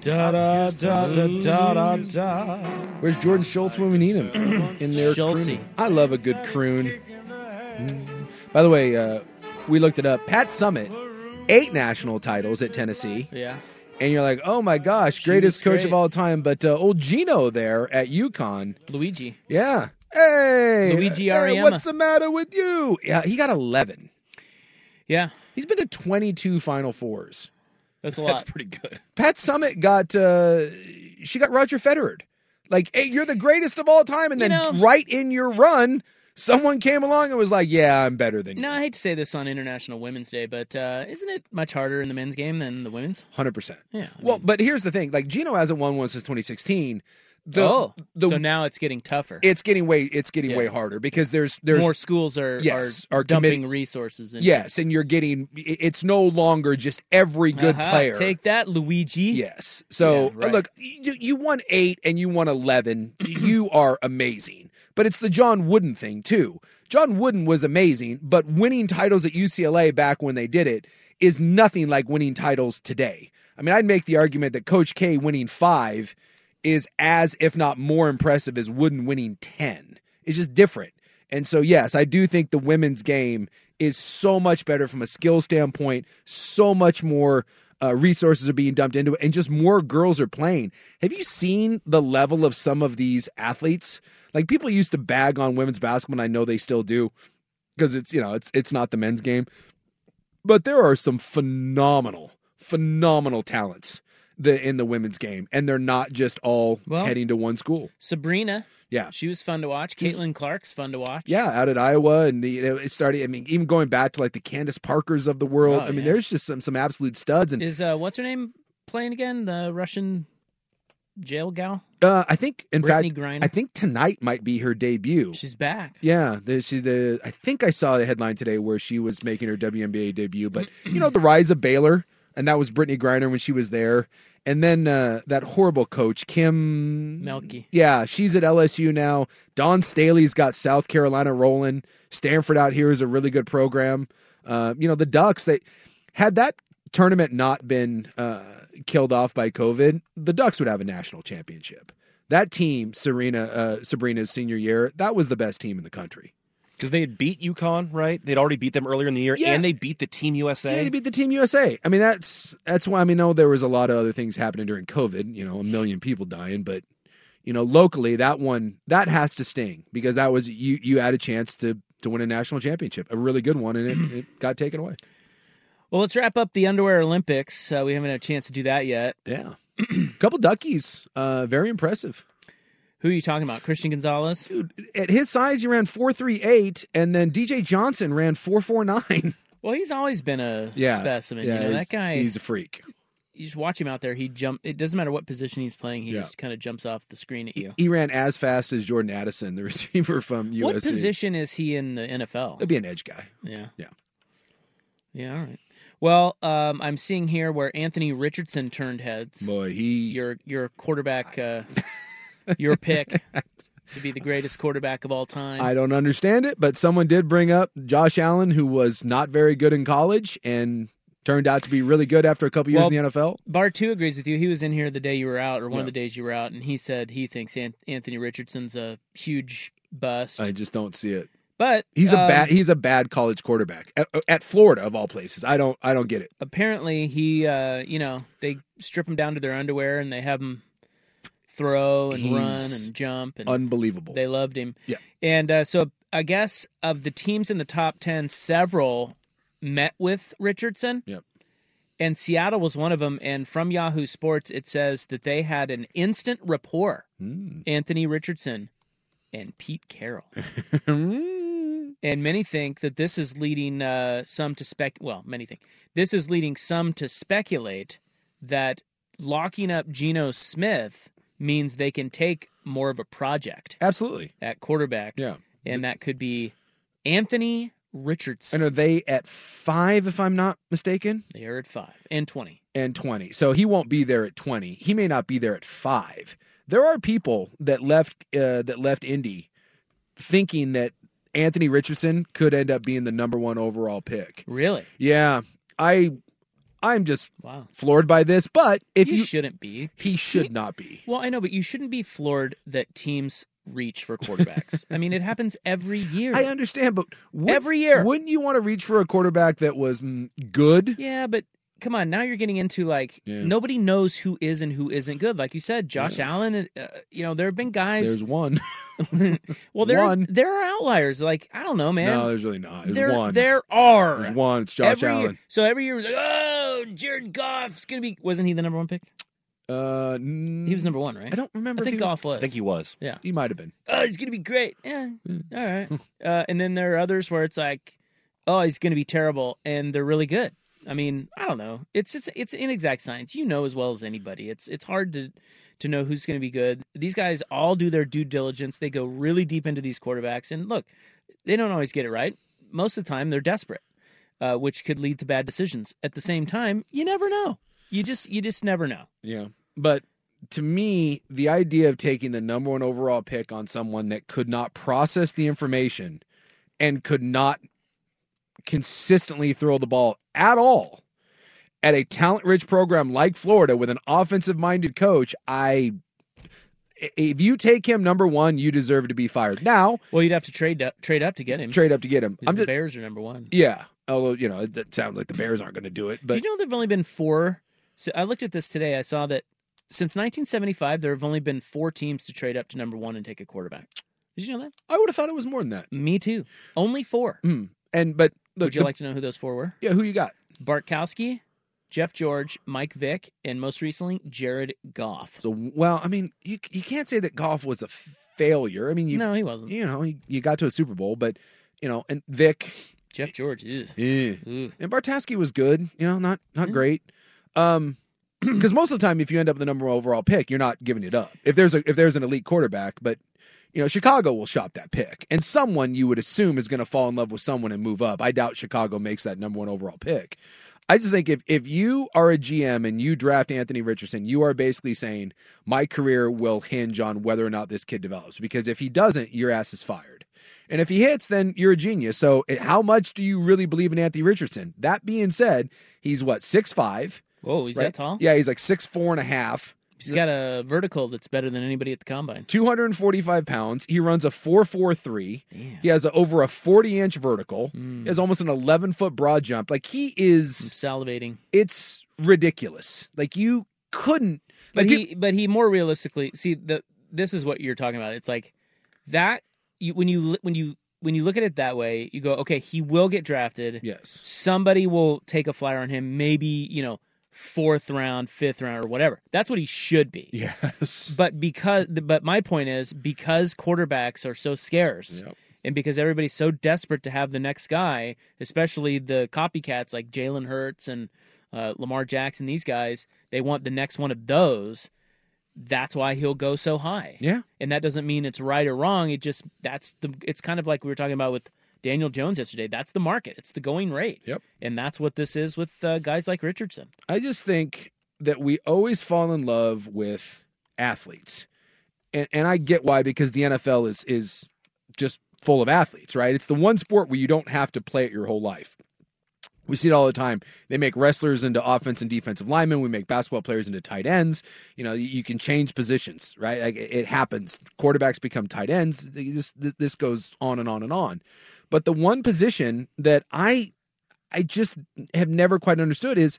E: Da da da da da da da.
F: Where's Jordan Schultz when we need him? In there,
E: Schultzy.
F: I love a good croon. By the way, uh, we looked it up. Pat Summit, eight national titles at Tennessee.
E: Yeah.
F: And you're like, oh my gosh, greatest coach
E: great.
F: of all time. But uh, old Gino there at UConn,
E: Luigi.
F: yeah. Hey,
E: Luigi
F: hey,
E: Ariema.
F: what's the matter with you? Yeah, he got 11.
E: Yeah.
F: He's been to 22 Final Fours.
E: That's a lot.
F: That's
G: pretty good.
F: Pat Summit got uh, she got Roger Federer. Like, hey, you're the greatest of all time, and then right in your run, someone came along and was like, "Yeah, I'm better than you."
E: Now, I hate to say this on International Women's Day, but uh, isn't it much harder in the men's game than the women's?
F: Hundred percent.
E: Yeah.
F: Well, but here's the thing: like, Gino hasn't won one since 2016. The,
E: oh,
F: the,
E: so now it's getting tougher.
F: it's getting way it's getting way harder because there's there's
E: More schools are
F: Yes,
E: are,
F: are
E: dumping
F: committing-
E: resources. In
F: Yes, and you're getting it- it's no longer just every good
E: Aha,
F: player.
E: Uh-huh. Take that, Luigi.
F: Yes. So uh,
E: Yeah, right.
F: look, you, you won eight and you won eleven. you are amazing. But it's the John Wooden thing too. John Wooden was amazing, but winning titles at UCLA back when they did it is nothing like winning titles today. I mean, I'd make the argument that Coach K winning five is as, if not more impressive as Wooden winning 10. It's just different. And so, yes, I do think the women's game is so much better from a skill standpoint, so much more uh, resources are being dumped into it, and just more girls are playing. Have you seen the level of some of these athletes? Like, people used to bag on women's basketball, and I know they still do because it's, you know, it's, it's not the men's game but there are some phenomenal, phenomenal talents the, in the women's game, and they're not just all
E: Well-
F: heading to one school.
E: Sabrina
F: Yeah.
E: She was fun to watch. Caitlin Clark's fun to watch.
F: Yeah, out at Iowa, and the, you know, it started. I mean, even going back to like the Candace Parkers of the world.
E: Oh,
F: I mean,
E: yeah.
F: there's just some some absolute studs, and
E: Is uh, what's her name playing again? The Russian jail gal.
F: uh, I think in
E: Brittany
F: fact,
E: Griner?
F: I think tonight might be her debut.
E: She's back.
F: Yeah, the, she the I think I saw the headline today where she was making her WNBA debut, but you know the rise of Baylor, and that was Brittany Griner when she was there, and then uh, that horrible coach Kim
E: Melky.
F: Yeah, she's at LSU now. Don Staley's got South Carolina rolling. Stanford out here is a really good program. Uh, you know the Ducks. They had that tournament not been uh, killed off by COVID, the Ducks would have a national championship. That team, Serena, uh, Sabrina's senior year, that was the best team in the country.
G: Because they had beat UConn, right? They'd already beat them earlier in the year,
F: Yeah.
G: and they beat the Team USA.
F: Yeah, they beat the Team USA. I mean, that's that's why I mean, no, there was a lot of other things happening during COVID. You know, a million people dying, but you know, locally, that one that has to sting because that was you you had a chance to to win a national championship, a really good one, and it, it got taken away.
E: Well, let's wrap up the underwear Olympics. Uh, we haven't had a chance to do that yet.
F: Yeah, couple duckies, uh, very impressive.
E: Who are you talking about? Christian Gonzalez,
F: dude. At his size, he ran four three eight, and then DJ Johnson ran four four nine.
E: Well, he's always been a specimen.
F: Yeah,
E: you know
F: he's-
E: that guy.
F: He's a freak.
E: you just watch him out there. He jump. It doesn't matter what position he's playing. He
F: Yeah.
E: just kind of jumps off the screen at you.
F: He ran as fast as Jordan Addison, the receiver from USC.
E: What position is he in the NFL?
F: It'd be an edge guy.
E: Yeah.
F: Yeah.
E: Yeah. All right. Well, um, I'm seeing here where Anthony Richardson turned heads.
F: Boy, he
E: your your quarterback, uh, your pick to be the greatest quarterback of all time.
F: I don't understand it, but someone did bring up Josh Allen, who was not very good in college and turned out to be really good after a couple years
E: Well,
F: in the NFL.
E: Bar two agrees with you. He was in here the day you were out, or one of
F: Yeah.
E: the days you were out, and he said he thinks An- Anthony Richardson's a huge bust.
F: I just don't see it.
E: but
F: He's a
E: um,
F: bad he's a bad college quarterback at, at Florida of all places. I don't I don't get it.
E: apparently he uh you know they strip him down to their underwear and they have him throw and run
F: He's
E: and jump and
F: Unbelievable.
E: they loved him
F: Yeah.
E: and uh, so i guess of the teams in the top 10 several met with richardson
F: yep
E: and seattle was one of them and from yahoo sports it says that they had an instant rapport
F: Hmm.
E: anthony richardson and pete carroll and many think that this is leading uh, some to spec. Well, many think this is leading some to speculate that locking up Geno Smith means they can take more of a project
F: Absolutely.
E: at quarterback. Yeah, and that could be Anthony Richardson.
F: And are they at five, if I'm not mistaken?
E: They are at five and twenty.
F: and 20. So he won't be there at 20. He may not be there at 5. There are people that left uh, that left Indy thinking that Anthony Richardson could end up being the number 1 overall pick.
E: Really?
F: Yeah. I I'm just
E: Wow.
F: floored by this, but if
E: You
F: you,
E: shouldn't be.
F: he should not be.
E: Well, I know, but you shouldn't be floored that teams reach for quarterbacks. I mean, it happens every year.
F: I understand, but would-
E: Every year.
F: wouldn't you want to reach for a quarterback that was mm, good?
E: Yeah, but come on, now you're getting into like
F: Yeah.
E: nobody knows who is and who isn't good. Like you said, Josh Allen. Uh, you know, there have been guys.
F: There's one.
E: well, there
F: one.
E: there are outliers. Like I don't know, man.
F: No, there's really not. There's
E: there,
F: one.
E: There are.
F: There's one. It's Josh
E: Every year-
F: Allen.
E: So every year, it's like, oh, Jared Goff's gonna be. Wasn't he the number one pick?
F: Uh,
E: He was number one, right?
F: I don't remember.
E: I think
F: if he
E: Goff was.
G: I think he was.
E: Yeah.
F: He might have been.
E: oh, he's gonna be great. Yeah, all right. Uh, and then there are others where it's like, oh, he's gonna be terrible, and they're really good. I mean, I don't know. It's just it's inexact science. You know as well as anybody. It's it's hard to to know who's gonna be good. These guys all do their due diligence. They go really deep into these quarterbacks, and look, they don't always get it right. Most of the time, they're desperate, uh, which could lead to bad decisions. At the same time, you never know. You just you just never know.
F: Yeah. But to me, the idea of taking the number one overall pick on someone that could not process the information and could not consistently throw the ball at all at a talent rich program like Florida with an offensive minded coach, I. If you take him number one, you deserve to be fired. Now,
E: Well, you'd have to trade up trade up to get him.
F: trade up to get him.
E: 'Cause
F: I'm
E: the
F: just,
E: Bears are number one.
F: yeah. Although, you know, it, that sounds like the Bears aren't going to do it. But
E: Did you know there've only been four? So I looked at this today. I saw that since 1975, there have only been four teams to trade up to number one and take a quarterback. Did you know that?
F: I would have thought it was more than that.
E: Me too. Only four.
F: Mm. And but look,
E: Would you
F: the-
E: like to know who those four were?
F: Yeah, who you got?
E: Bartkowski, Jeff George, Mike Vick, and most recently Jared Goff.
F: So well, I mean, you you can't say that golf was a f-
C: failure. I mean, you,
E: No, he wasn't.
C: You know, you, you got to a Super Bowl, but you know, and Vic,
E: Jeff George, ugh.
C: eh. and Bartowski was good. You know, not not great. Um, because most of the time, if you end up with the number one overall pick, you're not giving it up. If there's a if there's an elite quarterback, but you know, Chicago will shop that pick, and someone you would assume is going to fall in love with someone and move up. I doubt Chicago makes that number one overall pick. I just think if if you are a GM and you draft Anthony Richardson, you are basically saying my career will hinge on whether or not this kid develops. Because if he doesn't, your ass is fired. And if he hits, then you're a genius. So eh, how much do you really believe in Anthony Richardson? That being said, he's what six five.
E: Whoa, he's that tall?
C: Yeah, he's like six four and a half.
E: He's got a vertical that's better than anybody at the combine.
C: 245 pounds. He runs a 443. He has a, over a 40 inch vertical. He
E: Hmm.
C: has almost an 11 foot broad jump. Like he is
E: salivating.
C: It's ridiculous. Like you couldn't.
E: But
C: like
E: he, but he more realistically, see the this is what you're talking about. It's like that you when you li- when you when you look at it that way, you go, okay, he will get drafted.
C: Yes,
E: somebody will take a flyer on him. Maybe you know fourth round, fifth round, or whatever. That's what he should be.
C: Yes.
E: But because but my point is because quarterbacks are so scarce. And because everybody's so desperate to have the next guy, especially the copycats like Jalen Hurts and uh, Lamar Jackson, these guys, they want the next one of those. That's why he'll go so high.
C: Yeah.
E: And that doesn't mean it's right or wrong. It just that's the it's kind of like we were talking about with Daniel Jones yesterday. That's the market. It's the going rate.
C: Yep.
E: And that's what this is with uh, guys like Richardson.
C: I just think that we always fall in love with athletes. And and I get why because the NFL is is just full of athletes, right? It's the one sport where you don't have to play it your whole life. We see it all the time. They make wrestlers into offense and defensive linemen. We make basketball players into tight ends. You know, you can change positions, right? Like it it happens. Quarterbacks become tight ends. This this goes on and on and on. But the one position that I I just have never quite understood is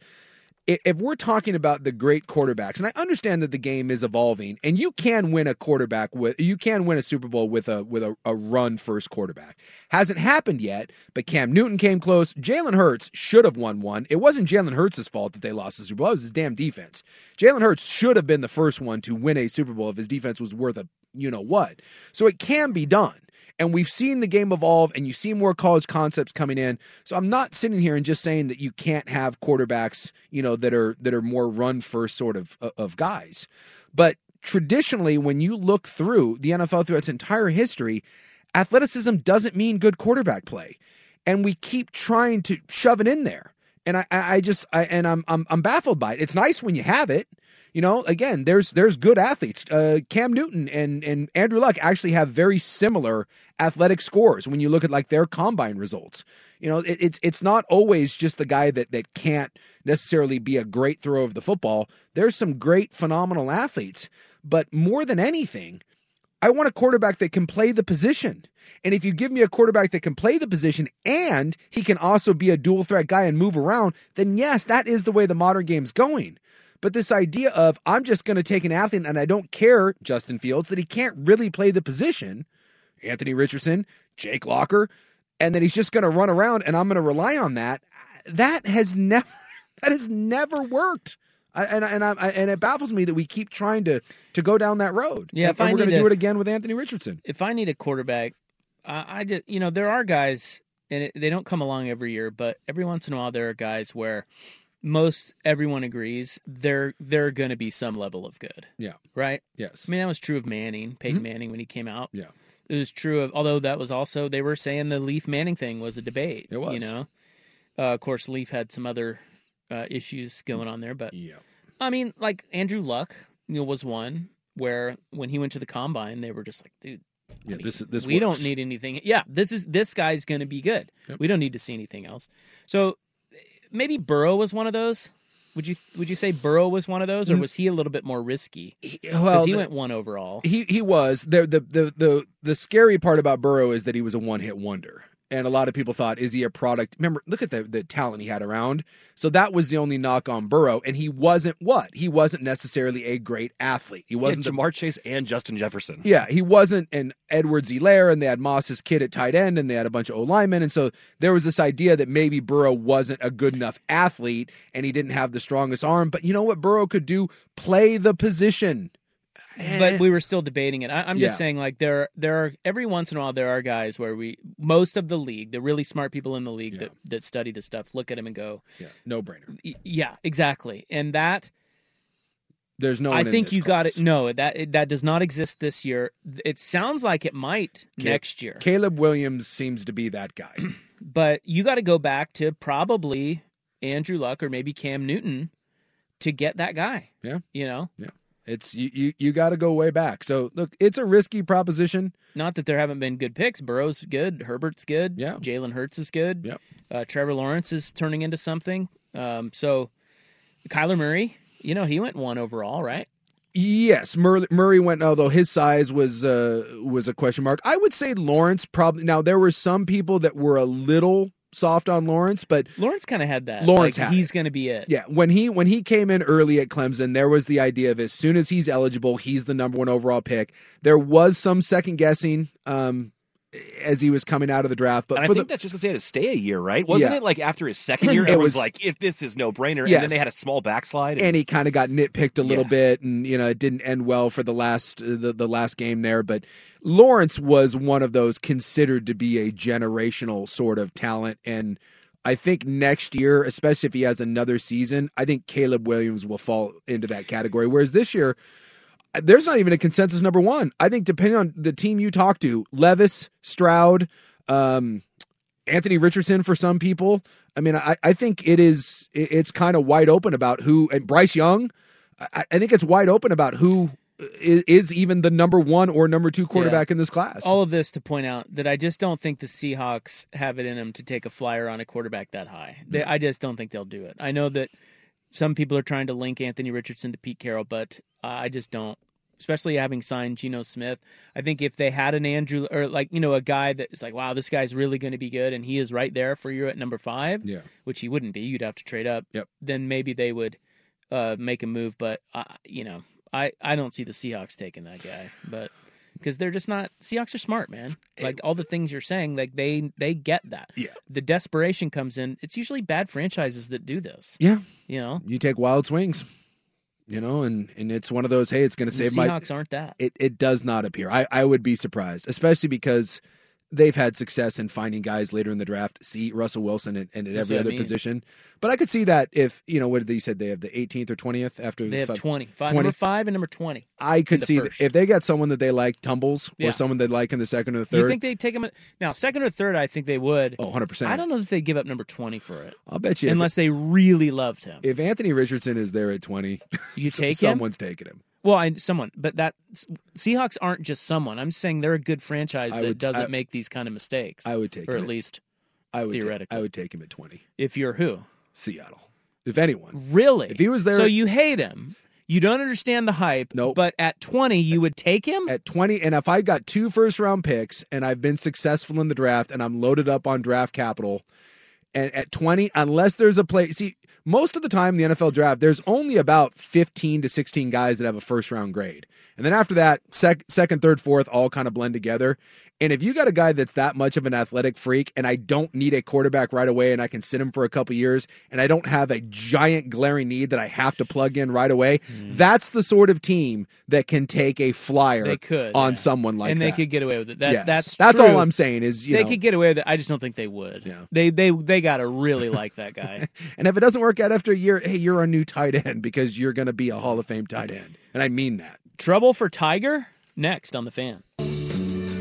C: i- if we're talking about the great quarterbacks, and I understand that the game is evolving, and you can win a quarterback with you can win a Super Bowl with a with a, a run first quarterback. Hasn't happened yet, but Cam Newton came close. Jalen Hurts should have won one. It wasn't Jalen Hurts' fault that they lost the Super Bowl. It was his damn defense. Jalen Hurts should have been the first one to win a Super Bowl if his defense was worth a you know what. So it can be done. And we've seen the game evolve and you see more college concepts coming in. So I'm not sitting here and just saying that you can't have quarterbacks, you know, that are that are more run first sort of uh, of guys. But traditionally when you look through the NFL through its entire history, athleticism doesn't mean good quarterback play. And we keep trying to shove it in there. And I I I just I and I'm I'm I'm baffled by it. It's nice when you have it. You know, again, there's there's good athletes. Uh, Cam Newton and and Andrew Luck actually have very similar athletic scores when you look at like their combine results. You know, it, it's it's not always just the guy that that can't necessarily be a great throw of the football. There's some great phenomenal athletes, but more than anything, I want a quarterback that can play the position. And if you give me a quarterback that can play the position and he can also be a dual threat guy and move around, then yes, that is the way the modern game's going. But this idea of I'm just going to take an athlete and I don't care, Justin Fields, that he can't really play the position, Anthony Richardson, Jake Locker, and that he's just going to run around and I'm going to rely on that. That has never that has never worked. I, and and I, and it baffles me that we keep trying to to go down that road.
E: Yeah,
C: and,
E: if I
C: and we're going
E: need
C: to do it
E: to-
C: again with Anthony Richardson.
E: If I need a quarterback, I, I just you know there are guys, and it, they don't come along every year, but every once in a while there are guys where most everyone agrees they're they're going to be some level of good,
C: Yeah.
E: right?
C: Yes.
E: I mean that was true of Manning,
C: Mm-hmm.
E: Peyton Manning when he came out.
C: Yeah.
E: It was true of although that was also they were saying the Leaf Manning thing was a debate. It
C: was.
E: you know, uh, of course Leaf had some other uh, issues going on there, but
C: yeah.
E: I mean, like Andrew Luck you know, was one where when he went to the combine, they were just like, dude,
C: Yeah, this this
E: we
C: works.
E: don't need anything. Yeah, this is this guy's going to be good. We don't need to see anything else. So maybe Burrow was one of those. Would you would you say Burrow was one of those, or
C: Mm.
E: was he a little bit more risky? Because
C: well,
E: he
C: the-
E: went one overall.
C: He he was the the the the the scary part about Burrow is that he was a one hit wonder, and a lot of people thought, is he a product? Remember, look at the the talent he had around. So that was the only knock on Burrow, and he wasn't what he wasn't necessarily a great athlete. He wasn't
M: yeah,
C: the
M: Jamar Chase and Justin Jefferson.
C: Yeah, he wasn't an Edwards Elaire, and they had Moss's kid at tight end, and they had a bunch of O linemen. And so there was this idea that maybe Burrow wasn't a good enough athlete and he didn't have the strongest arm. But you know what Burrow could do? Play the position.
E: but we were still debating it. I, I'm just
N: Yeah.
E: saying, like there, there are every once in a while there are guys where we most of the league, the really smart people in the league that that study this stuff, look at him and go,
C: Yeah, no brainer.
E: y- yeah, exactly. And that
C: There's no.
E: I
C: one in
E: think
C: this
E: you got it. No, that it, that does not exist this year. It sounds like it might
C: Ca-
E: next year,
C: Caleb Williams seems to be that guy.
E: but you got to go back to probably Andrew Luck or maybe Cam Newton to get that guy.
C: Yeah.
E: You know,
C: yeah. It's you you, you got to go way back. So look, it's a risky proposition.
E: Not that there haven't been good picks. Burrow's good. Herbert's good. Yeah. Jalen Hurts is good.
C: Yeah.
E: Uh, Trevor Lawrence is turning into something. Um, so Kyler Murray, you know, he went one overall, right?
C: Yes, Mur- Murray went. Although his size was uh, was a question mark. I would say Lawrence probably. Now there were some people that were a little soft on Lawrence, but
E: Lawrence kind of had that.
C: Lawrence
E: like,
C: had
E: he's going to be it.
C: Yeah, when he when he came in early at Clemson, there was the idea of as soon as he's eligible, he's the number one overall pick. There was some second guessing um, as he was coming out of the draft, but
O: and I
C: for
O: think
C: the,
O: that's just because they had to stay a year, right? Wasn't
C: Yeah.
O: it like after his second year,
C: It
O: everyone's
C: was-
O: like, "If this is no brainer," and
C: Yes.
O: then they had a small backslide.
C: and he kind of got nitpicked a little bit, and you know it didn't end well for the last uh, the, the last game there. But Lawrence was one of those considered to be a generational sort of talent, and I think next year, especially if he has another season, I think Caleb Williams will fall into that category. Whereas this year, there's not even a consensus number one. I think depending on the team you talk to, Levis, Stroud, um, Anthony Richardson for some people. I mean, I, I think it is it- it's kind of wide open about who and Bryce Young. I, I think it's wide open about who is, is even the number one or number two quarterback in this class.
E: All of this to point out that I just don't think the Seahawks have it in them to take a flyer on a quarterback that high.
C: Mm.
E: They, I just don't think they'll do it. I know that some people are trying to link Anthony Richardson to Pete Carroll, but I just don't. Especially having signed Geno Smith, I think if they had an Andrew or like you know a guy that is like, wow, this guy's really going to be good, and he is right there for you at number five,
C: Yeah.
E: which he wouldn't be. You'd have to trade up.
C: Yep.
E: Then maybe they would uh, make a move, but I, you know, I I don't see the Seahawks taking that guy, but because they're just not Seahawks are smart, man. Like all the things you're saying, like they they get that.
C: Yeah.
E: The desperation comes in. It's usually bad franchises that do this.
C: Yeah,
E: You know,
C: you take wild swings, you know, and and it's one of those. Hey, it's going to
E: the
C: save my
E: Seahawks aren't that.
C: it, it does not appear. I, I would be surprised, especially because they've had success in finding guys later in the draft. See Russell Wilson and, and at
E: That's
C: every
E: what I
C: other
E: mean.
C: position. But I could see that if you know what did they said they have the 18th or 20th after
E: They have
C: five-
E: 20. Five, Number five and number 20.
C: I
E: in
C: could
E: the
C: see that
E: first.
C: if they got someone that they like tumbles
E: Yeah.
C: or someone they like in the second or the
E: Do
C: third.
E: you think they take him at, now, second or third? I think they would.
C: Oh, 100%.
E: I don't know that they give up number 20 for it.
C: I'll bet you if-
E: Unless they really loved him.
C: if Anthony Richardson is there at 20,
E: You take him?
C: someone's taking him.
E: Well, I, someone, but that Seahawks aren't just someone. I'm saying they're a good franchise
C: I
E: that
C: would-
E: doesn't
C: I-
E: make these kind of mistakes.
C: I would take
E: or
C: him
E: at
C: at-
E: least
C: I would
E: theoretically.
C: I would take him at 20.
E: if you're who?
C: Seattle. If anyone.
E: Really?
C: If he was there
E: So
C: at-
E: you hate him. You don't understand the hype. No. But at 20, you would take him?
C: At 20, and if I got two first round picks and I've been successful in the draft and I'm loaded up on draft capital, and at 20, unless there's a play, see, most of the time in the NFL draft, there's only about 15 to 16 guys that have a first round grade. And then after that, sec- second, third, fourth all kind of blend together. And if you got a guy that's that much of an athletic freak and I don't need a quarterback right away and I can sit him for a couple years and I don't have a giant glaring need that I have to plug in right away, that's the sort of team that can take a flyer
E: They could,
C: on
E: yeah.
C: someone like
E: and
C: that.
E: they could get away with it. That,
C: Yes.
E: That's
C: That's
E: true.
C: all I'm saying is, you
E: they
C: know-
E: could get away with it. I just don't think they would. Yeah. They they they gotta really like that guy.
C: And if it doesn't work out after a year, hey, you're a new tight end because you're going to be a Hall of Fame tight end. And I mean that.
E: Trouble for Tiger next on the fan.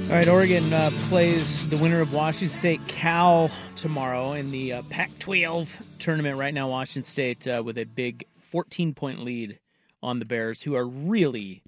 E: All right, Oregon uh, plays the winner of Washington State Cal tomorrow in the uh, Pac-12 tournament. Right now, Washington State uh, with a big 14-point lead on the Bears, who are really,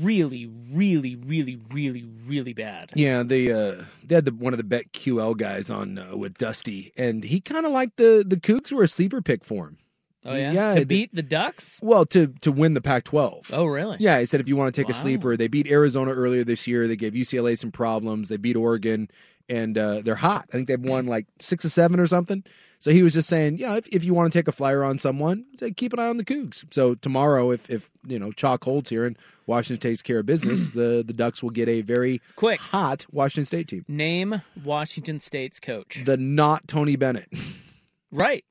E: really, really, really, really, really bad.
C: Yeah, they uh, they had the, one of the bet QL guys on uh, with Dusty, and he kind of liked the the Cougs were a sleeper pick for him.
E: Oh yeah,
C: Yeah,
E: to
C: they-
E: beat the Ducks.
C: Well, to to win the Pac-12.
E: Oh really?
C: Yeah, he said if you want to take a
E: Wow.
C: sleeper, they beat Arizona earlier this year. They gave UCLA some problems. They beat Oregon, and uh, they're hot. I think they've won like six or seven or something. So he was just saying, yeah, if, if you want to take a flyer on someone, say, keep an eye on the Cougs. So tomorrow, if if you know chalk holds here and Washington takes care of business, the the Ducks will get a very
E: quick
C: hot Washington State team.
E: Name Washington State's coach.
C: The not Tony Bennett.
E: Right,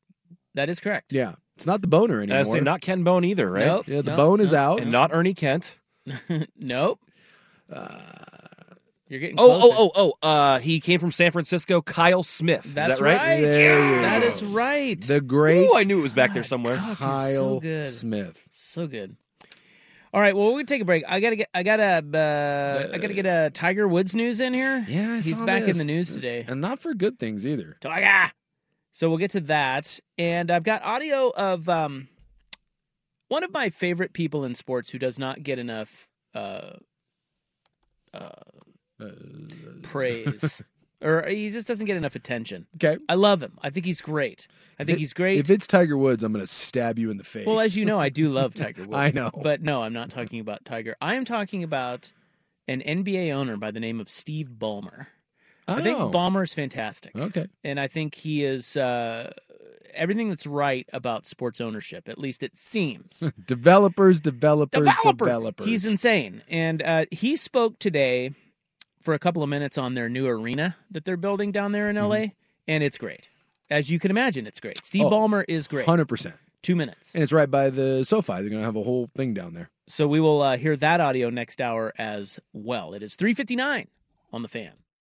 E: that is correct.
C: yeah, it's not the boner
O: And I
C: anymore.
O: say not Ken Bone either, right?
E: Nope,
C: Yeah, the nope, bone is nope. out.
O: and not Ernie Kent.
E: nope. You're getting
G: Oh,
E: closer.
G: oh, oh, oh. Uh, he came from San Francisco, Kyle Smith.
E: That's
G: is that right?
E: right.
F: There you
E: That
F: go.
E: is right.
F: The great
G: Ooh, I knew it was back there somewhere.
F: Kyle
E: good.
F: Smith.
E: So good. All right, well we're gonna take a break. I gotta get, I gotta, uh, I gotta get a Tiger Woods news in here.
F: Yeah, I
E: he's
F: saw
E: back in the
F: this.
E: news today.
F: And not for good things either.
E: Tiger. So we'll get to that, and I've got audio of um, one of my favorite people in sports who does not get enough uh, uh, praise, or he just doesn't get enough attention.
F: Okay.
E: I love him. I think he's great. I think he's great.
F: If it's Tiger Woods, I'm going to stab you in the face.
E: Well, as you know, I do love Tiger Woods.
F: I know.
E: But no, I'm not talking about Tiger. I am talking about an NBA owner by the name of Steve Ballmer. I think
F: Oh.
E: Ballmer is fantastic.
F: Okay.
E: And I think he is uh, everything that's right about sports ownership, at least it seems.
F: developers, developers,
E: Developer.
F: developers.
E: He's insane. And uh, he spoke today for a couple of minutes on their new arena that they're building down there in
F: Mm-hmm.
E: LA, and it's great. As you can imagine, it's great. Steve
F: Oh,
E: Ballmer is great.
F: 100%.
E: Two minutes.
F: And it's right by the SoFi. They're going to have a whole thing down there.
E: So we will uh, hear that audio next hour as well. It is 3:59 on the fan.